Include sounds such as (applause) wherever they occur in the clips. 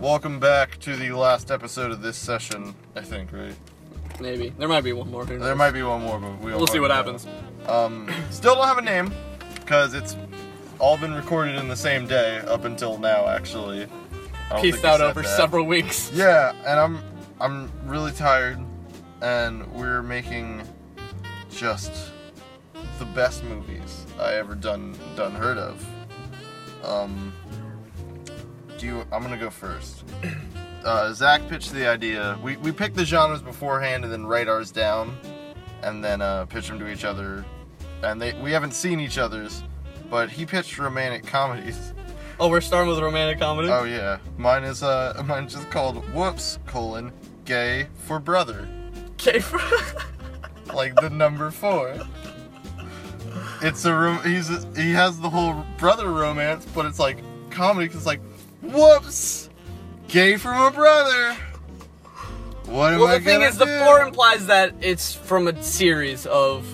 Welcome back to the last episode of this session, I think, right? Maybe there might be one more. Who knows? There might be one more, but we We'll see what happens. Um, still don't have a name because it's all been recorded in the same day up until now, actually. I don't Pieced think I out said over that. several weeks. Yeah, and I'm I'm really tired, and we're making just the best movies I ever done done heard of. Um, do you? I'm gonna go first. (clears throat) Uh, Zach pitched the idea. We we pick the genres beforehand and then write ours down, and then uh, pitch them to each other. And they we haven't seen each other's, but he pitched romantic comedies. (laughs) Oh, we're starting with a romantic comedy. Oh yeah, mine is uh, (laughs) mine's just called "Whoops: colon Gay for Brother," Okay. (laughs) like the number four. It's a room. He's he has the whole brother romance, but it's like comedy 'cause it's like, "Whoops, gay from a brother." What am well, I the thing gonna is, the do? four implies that it's from a series of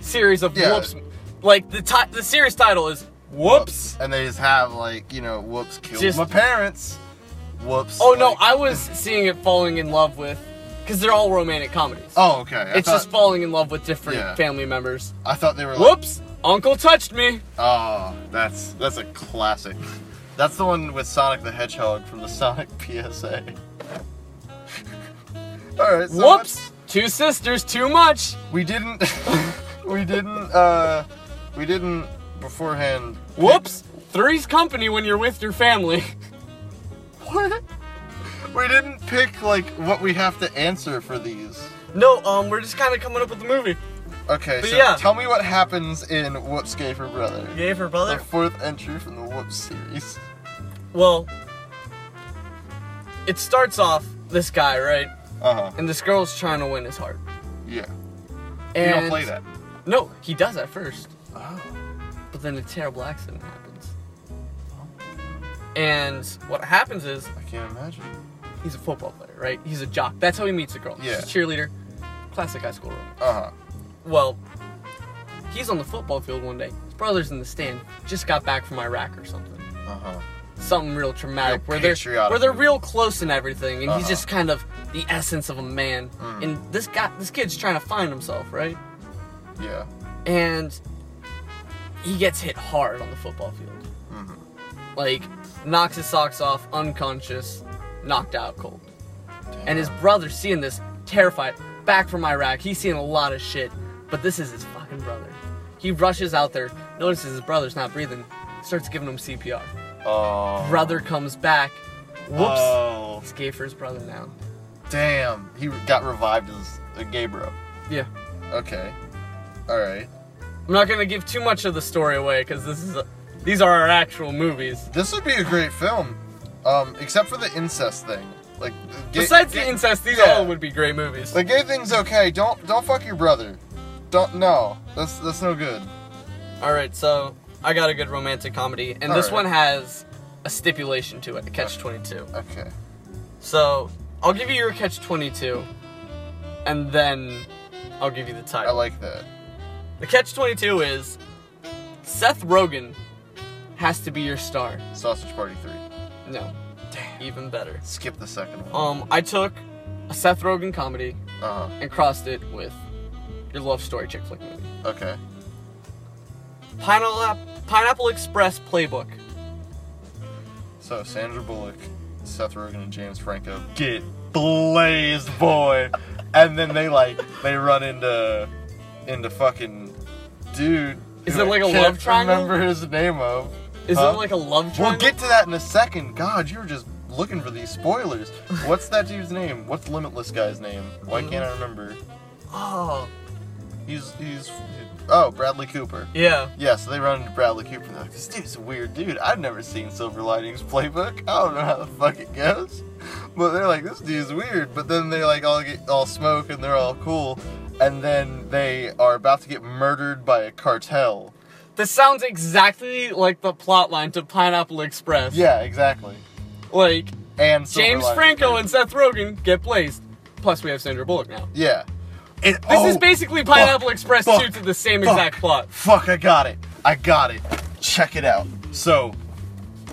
series of Yeah. whoops. Like the ti- the series title is whoops. and they just have like you know, "Whoops, killed Just- my parents." Whoops. Oh no, like- I was seeing it falling in love with, because they're all romantic comedies. Oh okay. I it's thought, just falling in love with different Yeah. family members. I thought they were. Like, Whoops, Uncle touched me. Oh, that's that's a classic. That's the one with Sonic the Hedgehog from the (laughs) Sonic PSA. (laughs) All right. So whoops, two sisters, too much. what- We didn't. (laughs) we didn't. Uh, we didn't beforehand. Whoops, three's company when you're with your family. (laughs) What? We didn't pick like what we have to answer for these. No, um, we're just kind of coming up with the movie. Okay. But so yeah. tell me what happens in Whoops Gay for Brother. Gay for The brother. fourth entry from the Whoops series. Oh, Well, it starts off this guy right, Uh huh. and this girl's trying to win his heart. Yeah. And you don't play that. No, he does at first, Oh. but then a terrible accident happens. Oh. And what happens is I can't imagine. he's a football player, right? He's a jock. That's how he meets a girl. Yeah. She's a cheerleader. Classic high school role. Uh huh. Well, he's on the football field one day. His brother's in the stand. Just got back from Iraq or something. Uh huh. Something real traumatic. Real where they're patriotic where they're move. real close and everything, and he's Uh-huh. just kind of the essence of a man. Mm. And this guy, this kid's trying to find himself, right? Yeah. And he gets hit hard on the football field. Mhm. Like knocks his socks off, unconscious, knocked out cold. And his brother seeing this, terrified, back from Iraq. He's seeing a lot of shit, but this is his fucking brother. He rushes out there, notices his brother's not breathing, starts giving him CPR. Oh. Brother comes back. Whoops. Oh. He's gay for his brother now. Damn. He got revived as a gay bro. Yeah. Okay. All right. I'm not gonna give too much of the story away because this is a, these are our actual movies. This would be a great film, um, except for the incest thing. Like, gay, Besides gay- the incest, these yeah. all would be great movies. the gay thing's okay. Don't don't fuck your brother. Don't no. That's that's no good. All right, so I got a good romantic comedy, and All this right. one has a stipulation to it, a catch twenty-two. Okay. So I'll give you your catch twenty-two, and then I'll give you the I title. like that. the catch twenty-two is Seth Rogen has to be your star. Sausage Party three. No, Damn. even better. Skip the second one. Um, I took a Seth Rogen comedy Uh huh. and crossed it with your love story chick flick movie, Okay. Pineapple Pineapple Express Playbook. So Sandra Bullock, Seth Rogen, and James Franco get blazed, boy, and then they like they run into into fucking dude. Is who it like I a can't love triangle? Remember his name of? Is Huh? it like a love We'll triangle? get to that in a second. God, you were just looking for these spoilers. What's that dude's name? What's Limitless guy's name? Why can't I remember? Oh, He's he's oh Bradley Cooper. yeah. Yeah, so they run into Bradley Cooper and they're like, this dude's a weird dude. I've never seen Silver Linings Playbook. I don't know how the fuck it goes. But they're like, this dude's weird. But then they like all get all smoke and they're all cool. And then they are about to get murdered by a cartel. This sounds exactly like the plot line to Pineapple Express. Yeah, exactly. Like And Silver James Linings Franco Playbook. and Seth Rogen get blazed. Plus we have Sandra Bullock now. Yeah. Oh, It, This is basically Pineapple Express fuck, 2 to the same fuck, exact plot. Fuck, I got it. I got it. Check it out. So,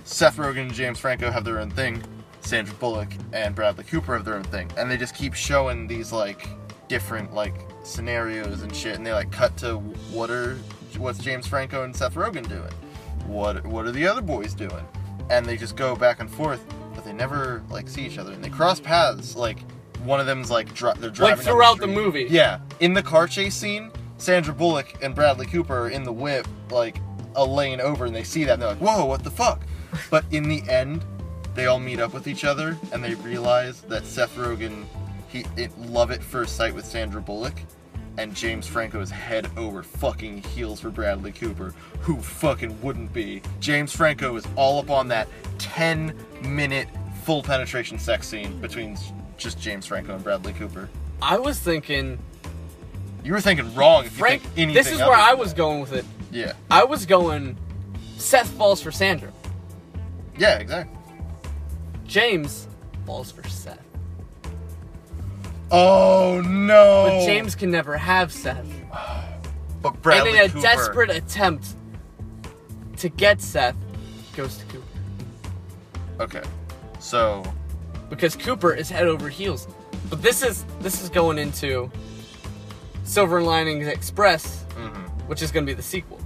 Seth Rogen and James Franco have their own thing. Sandra Bullock and Bradley Cooper have their own thing, and they just keep showing these like different like scenarios and shit, and they like cut to what are what's James Franco and Seth Rogen doing, what what are the other boys doing, and they just go back and forth, but they never like see each other, and they cross paths like one of them's like dri- they're driving Like down throughout the street. movie. Yeah, in the car chase scene, Sandra Bullock and Bradley Cooper are in the whip, like a lane over, and they see that and they're like, "Whoa, what the fuck!" But in the end, they all meet up with each other and they realize that Seth Rogen, he it, love at first sight with Sandra Bullock, and James Franco is head over fucking heels for Bradley Cooper, who fucking wouldn't be. James Franco is all up on that ten minute full penetration sex scene between s- just James Franco and Bradley Cooper. I was thinking You were thinking wrong. If Frank you think anything this is where other I than was that. going with it. Yeah. I was going Seth falls for Sandra. Yeah. Exactly. James falls for Seth. Oh no. But James can never have Seth. But Bradley and in a Cooper. desperate attempt to get Seth, goes to Cooper. Okay. So. Because Cooper is head over heels. But this is this is going into Silver Linings Express, mhm. which is gonna be the sequel.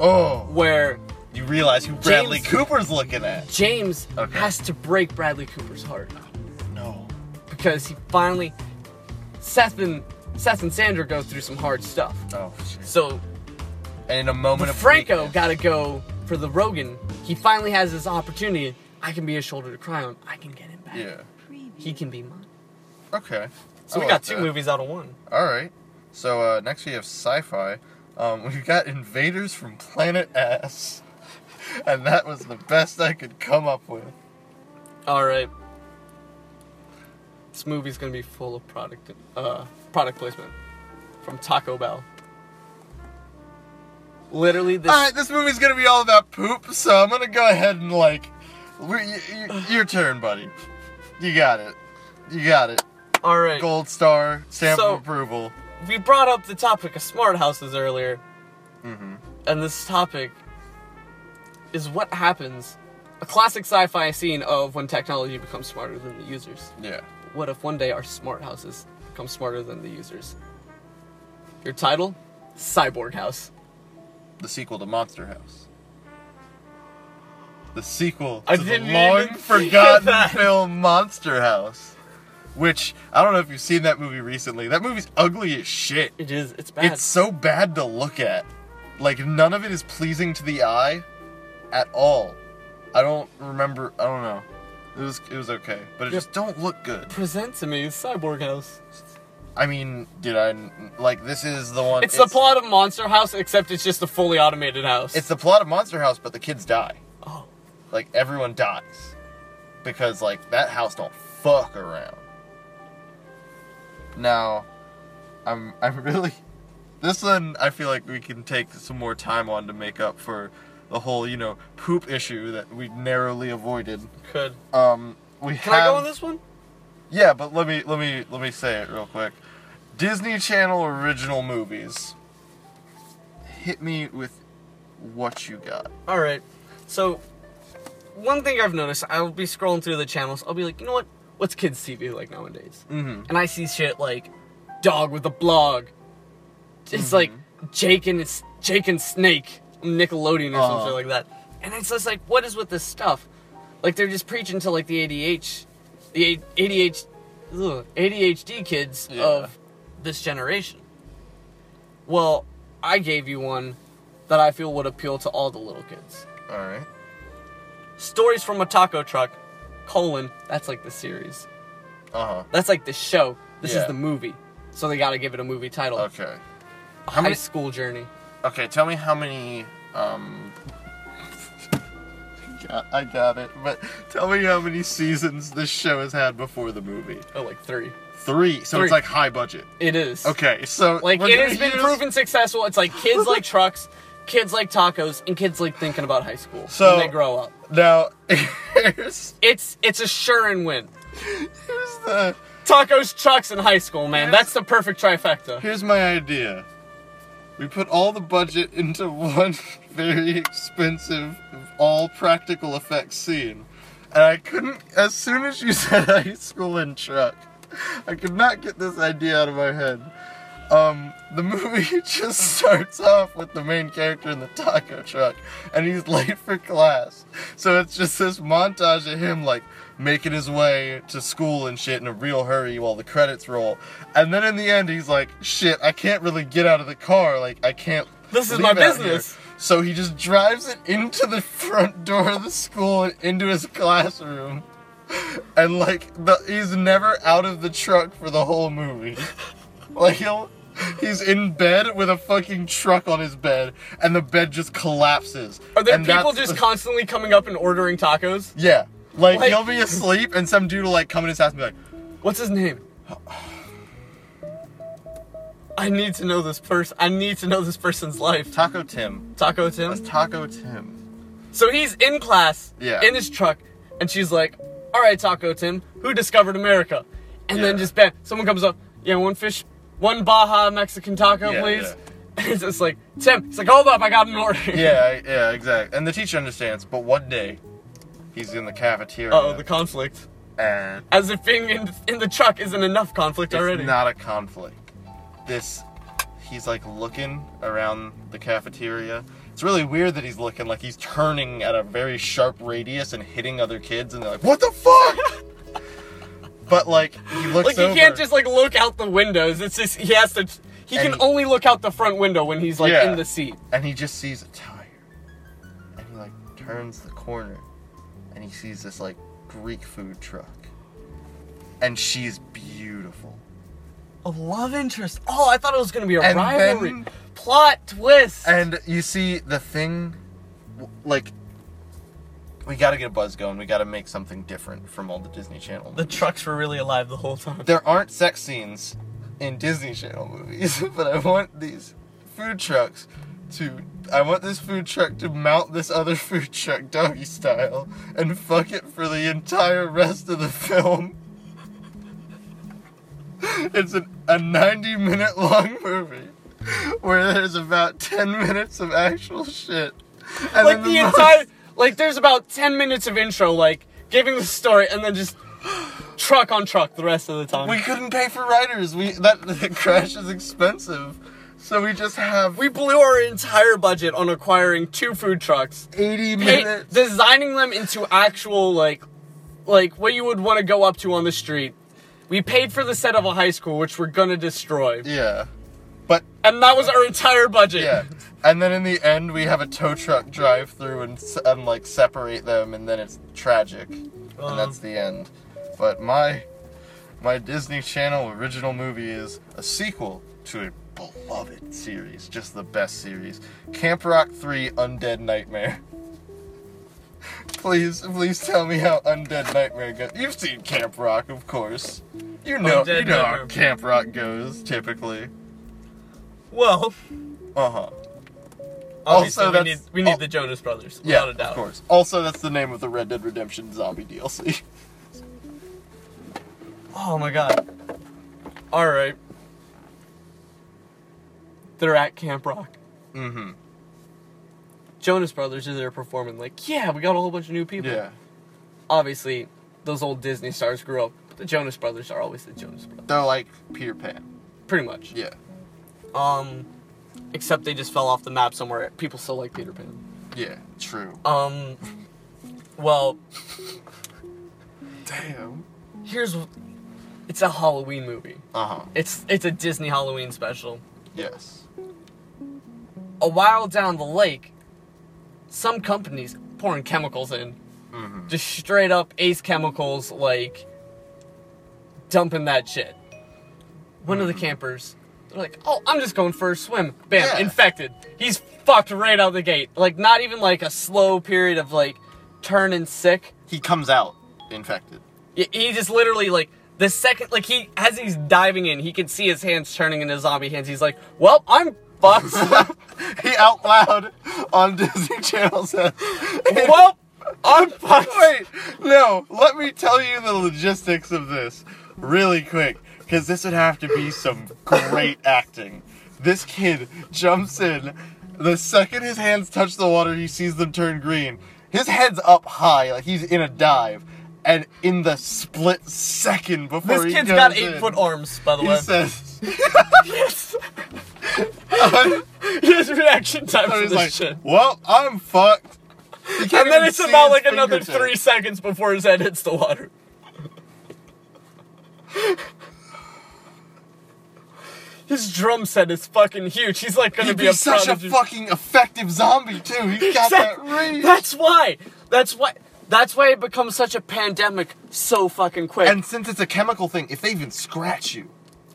Oh. Where You realize who Bradley James- Cooper's looking at? James Okay. has to break Bradley Cooper's heart. No. Because he finally Seth and Seth and Sandra go through some hard stuff. Oh shit. So And in a moment But of Franco weakness- got to go for the Rogan. He finally has his opportunity. I can be a shoulder to cry on. I can get him back. Yeah. He can be mine. Oh, Okay. So I we like got two that. movies out of one. All right. So uh, next we have sci-fi. Um, we got Invaders from Planet S, (laughs) and that was the best I could come up with. All right. This movie's gonna be full of product uh, product placement from Taco Bell. Literally, this All right, this movie's gonna be all about poop, so I'm gonna go ahead and like, we, y y- your turn, buddy. You got it. You got it. all right. Gold star, stamp So- of approval. we brought up the topic of smart houses earlier, Mm-hmm. and this topic is what happens. A classic sci-fi scene of when technology becomes smarter than the users. Yeah. What if one day our smart houses become smarter than the users? Your title, Cyborg House. The sequel to Monster House. The sequel to I the didn't even long think of forgotten that. film Monster House, which I don't know if you've seen that movie recently. That movie's ugly as shit. It is. It's bad. It's so bad to look at. Like none of it is pleasing to the eye at all. I don't remember I don't know. It was it was okay, but it Yep. just don't look good. Present to me Cyborg House. I mean, did I like this is the one It's, the plot of Monster House, except it's just a fully automated house. It's the plot of Monster House, but the kids die. oh, Like everyone dies. Because like that house don't fuck around. Now, I'm (laughs) I'm really this one I feel like we can take some more time on to make up for the whole, you know, poop issue that we narrowly avoided. good. Um we Can have I go on this one? Yeah, but let me let me let me say it real quick. Disney Channel original movies. Hit me with what you got. All right. So, one thing I've noticed, I'll be scrolling through the channels. I'll be like, you know what? What's kids' TV like nowadays? Mm-hmm. And I see shit like dog with a blog. It's like Jake and it's Jake and Snake, Nickelodeon or Uh-huh. something like that. And it's just like, what is with this stuff? Like they're just preaching to like the ADH, the ADH, ugh, ADHD kids Yeah. of this generation. Well, I gave you one that I feel would appeal to all the little kids. All right. Stories from a taco truck, colon. That's like the series. Uh That's like the show. This Yeah. is the movie. So they gotta give it a movie title. huh. Okay. High many- school journey. Okay. Tell me how many. Um. (laughs) got- I got it, but tell me how many seasons this show has had before the movie. Oh, like three. Three. So Three. it's like high budget. It is. Okay. So Like we're it gonna has been use- proven successful. It's like (laughs) kids like trucks, kids like tacos, and kids like thinking about high school So- when they grow up. Now (laughs) here's It's it's a sure and win. here's the Tacos, trucks, and high school, man. That's the perfect trifecta. Here's my idea. We put all the budget (laughs) into one very expensive, all practical effects scene, And I couldn't, as soon as you (laughs) said high school and truck, I could not get this idea out of my head. Um, the movie (laughs) just starts off with the main character in the taco truck, and he's (laughs) late for class. So it's just this montage of him, like, making his way to school and shit in a real hurry while the credits roll. And then in the end, he's like, shit, I can't really get out of the car. Like, I can't. This is leave my out here." business. So he just drives it into the (laughs) front door of the school and into his classroom. And like the, he's never out of the truck for the whole movie. Like he'll he's in bed with a fucking truck on his bed and the bed just collapses. Are there And people that's just the- constantly coming up and ordering tacos? Yeah. Like, Like- he'll be asleep and some dude will like come in his house and be like, What's (sighs) his name? I need to know this person. I need to know this person's life. Taco Tim. Taco That's Tim. Taco Tim. So he's in class, Yeah. in his truck, and she's like, "All right, Taco Tim, who discovered America?" And then Yeah. just bam, someone comes up. Yeah, one fish, one Baja Mexican taco, Yeah, please. yeah. (laughs) And it's just like Tim. It's like, hold up, I got an order. (laughs) (laughs) Yeah, I- yeah, exactly. And the teacher understands, but one day he's in the cafeteria Oh, the conflict. and As if being in, in the truck isn't enough conflict already. It's not a conflict. This, he's like looking around the cafeteria. It's really weird that he's looking like he's turning at a very sharp radius and hitting other kids, and they're like, "What the fuck?" (laughs) but like he looks like over. he can't just like look out the windows. It's just he has to. He And can he- only look out the front window when he's like Yeah. in the seat. and he just sees a tire, and he like turns the corner, and he sees this like Greek food truck, and she's beautiful. A love interest. Oh, I thought it was gonna be a And rivalry. then- Plot twist. And you see the thing, w- like, we gotta get a buzz going. We gotta make something different from all the Disney Channel. the Movies. trucks were really alive the whole time. There aren't sex scenes in Disney Channel movies, (laughs) but I want these food trucks to. I want this food truck to mount this other (laughs) food truck doggy style and fuck it for the entire rest of the film. (laughs) It's an, a 90 minute long movie where there's about 10 minutes of actual shit. And like then the, most- entire. Like there's about ten minutes of intro, like giving the story, and then just truck on truck the rest of the time. We couldn't pay for writers. We that (laughs) the crash is expensive. So we just have we blew our entire budget on acquiring two food trucks 80 Hey, minutes. designing them into actual like like what you would want to go up to on the street. We paid for the set of a high school, which we're gonna destroy, yeah. But and that was our entire budget. yeah. And then in the end we have a tow truck drive through and, s- and like separate them and then it's tragic. Um. and that's the end. But my my Disney Channel original movie is a sequel to a beloved series, just the best series. Camp Rock 3 Undead Nightmare. (laughs) Please, please tell me how Undead Nightmare goes. You've seen Camp Rock, of course. You know, Undead you know how Nightmare. Camp Rock goes typically. Well, Uh huh. obviously Also, we that's- need we need oh. the Jonas Brothers, Yeah, without a doubt. of course. Also, that's the name of the Red Dead Redemption zombie (laughs) DLC. Oh my god. All right. They're at Camp Rock. mm-hmm. Jonas Brothers are there performing. Like, yeah, we got a whole bunch of new people. Yeah. Obviously, those old Disney stars grew up. But the Jonas Brothers are always the Jonas Brothers, They're like Peter Pan. pretty much. Yeah. Um, except they just fell off the map somewhere. People still like Peter Pan. Yeah. True. Um, well, Damn. here's it's a Halloween movie. Uh huh. It's it's a Disney Halloween special. Yes. A while down the lake, some companies pouring chemicals in, Mhm. just straight up Ace Chemicals like dumping that shit. One of the campers, they're like, "Oh, I'm just going for a swim." Bam, Yeah. infected. He's fucked right out the gate. Like not even like a slow period of like turning sick. He comes out infected. (laughs) Y- He just literally like the second like he as he's diving in, he can see his hands turning into zombie hands. He's like, "Well, I'm fucked." (laughs) he out loud on Disney Channel says, well, I'm fucked. (laughs) Wait, no, let me tell you the logistics of this really quick, because this would have to be some (laughs) great acting. This kid jumps in. The second his hands touch the water, he sees them turn green. His head's up high, like he's in a dive, and in the split second before This he kid's goes got in, eight foot arms, by the He way. (laughs) says, yes. He has reaction time I for was this uh, Oh, like, shit. "Well, I'm fucked." He can't And then even it's see about his like another fingertips. three seconds before his head hits the water. His drum set is fucking huge. He's like gonna He'd be, be a such a prodigy. (laughs) fucking effective zombie too. He's got that range. That's why. That's why. That's why it becomes such a pandemic so fucking quick. And since it's a chemical thing, if they even scratch you,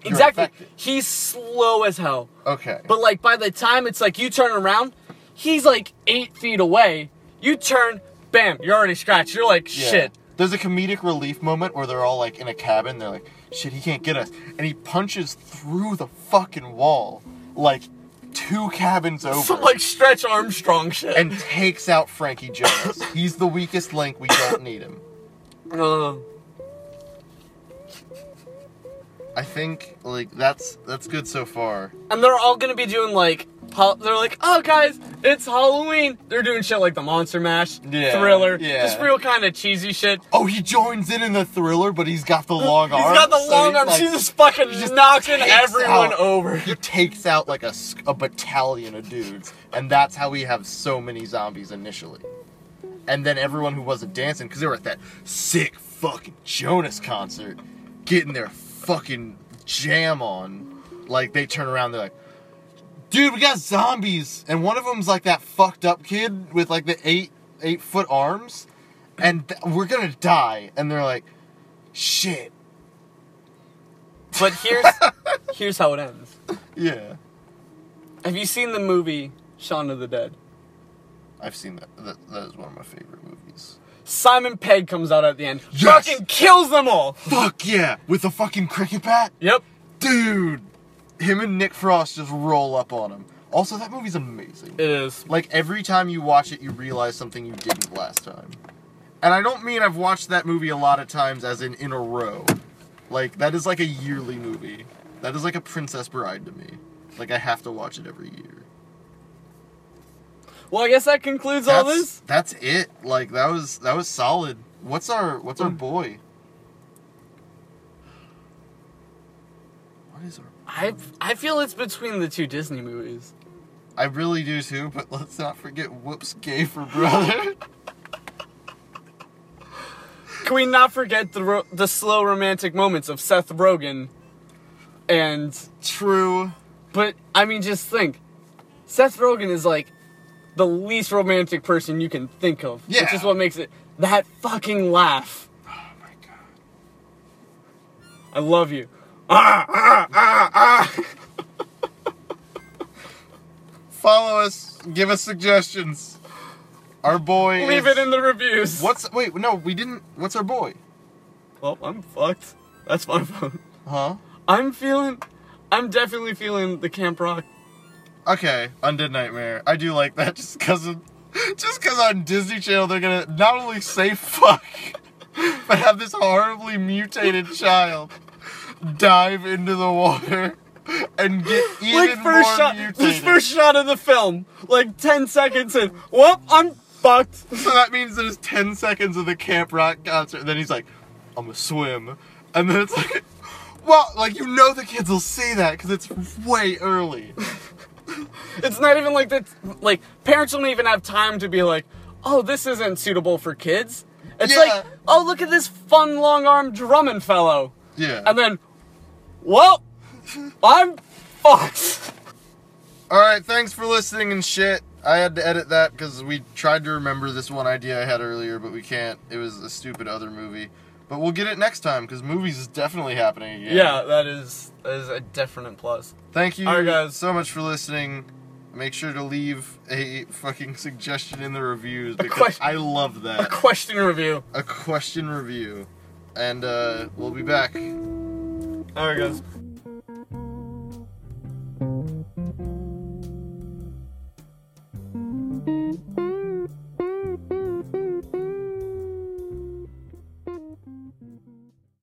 you're exactly. infected. He's slow as hell. Okay. But like by the time it's like you turn around, he's like eight feet away. You turn, bam, you're already scratched. You're like Yeah. shit. There's a comedic relief moment where they're all like in a cabin. They're like, shit, he can't get us. And he punches through the fucking wall, like two (laughs) cabins over, Some like stretch Armstrong shit. and takes out Frankie (laughs) Jones. He's the weakest link. We don't need him. Uh, I think like that's that's good so far. and they're all gonna be doing like, ho- they're like, oh guys, it's Halloween. They're doing shit like the Monster Mash, Yeah, Thriller, yeah. just real kind of cheesy shit. Oh, he joins in in the thriller, but he's got the long He's arms. got the so long he's, arms. like, he's just fucking just knocking takes everyone out- (laughs) over. He takes out like a, s- a battalion of dudes, and that's how we have so many zombies initially. And then everyone who wasn't dancing, because they were at that sick fucking Jonas concert, getting their fucking jam on. Like, they turn around, they're like, dude, we got zombies. And one of them's like that fucked up kid with like the eight eight foot arms, and th- we're gonna die. And they're like, shit. But here's here's how it ends. Yeah. Have you seen the movie Shaun of the Dead? I've seen that. That, that is one of my favorite movies. Simon Pegg comes out at the end, Yes. fucking kills them all. Fuck yeah! With a fucking cricket bat? Yep. Dude! Him and Nick Frost just roll up on him. Also, that movie's amazing. It is. Like, every time you watch it, you realize something you didn't last time. And I don't mean I've watched that movie a lot of times, as in in a row. Like, that is like a yearly movie. That is like a Princess Bride to me. Like, I have to watch it every year. Well, I guess that concludes all That's, this. that's it. Like, that was that was solid. What's our what's Mm. our boy? What is our I I feel it's between the two Disney movies. I really do too, but (laughs) let's not forget Whoops Gay for (laughs) Brother. Can we not forget the ro- the slow romantic moments of Seth Rogen? And True. but I mean, just think, Seth Rogen is like the least romantic person you can think of, which Yeah. is what makes it that fucking laugh. Oh my god. I love you. Follow us, give us suggestions. Our boy Leave is- it in the reviews. What's wait, no, we didn't what's our boy? Well, I'm fucked. That's my (laughs) phone. Huh? I'm feeling. I'm definitely feeling the Camp Rock. Okay, Undead Nightmare. I do like that (laughs) just cause of just cause on Disney Channel they're gonna not only say (laughs) fuck, but have this horribly mutated child dive into the water and get even (laughs) like first more shot, mutated. this first shot of the film, like ten seconds in. Whoop! I'm fucked. So that means there's 10 seconds of the Camp Rock concert, and then he's like, I'm gonna swim. And then it's like, (laughs) well, like, you know the kids will see that because it's way early. It's not even like that. Like parents don't even have time to be like, oh, this isn't suitable for kids. It's Yeah. like, oh, look at this fun long arm drumming fellow, (laughs) Yeah. and then, well, I'm fucked. Alright, thanks for listening and shit. I had to edit that because we tried to remember this one idea I had earlier, but we can't. It was a stupid other movie. But we'll get it next time because movies is definitely happening again. Yeah, that is that is a definite plus. Thank you All right, guys. so much for listening. Make sure to leave a fucking (laughs) suggestion in the reviews because question- I love that. Question review. a question review, and uh, we'll be back. All right, guys.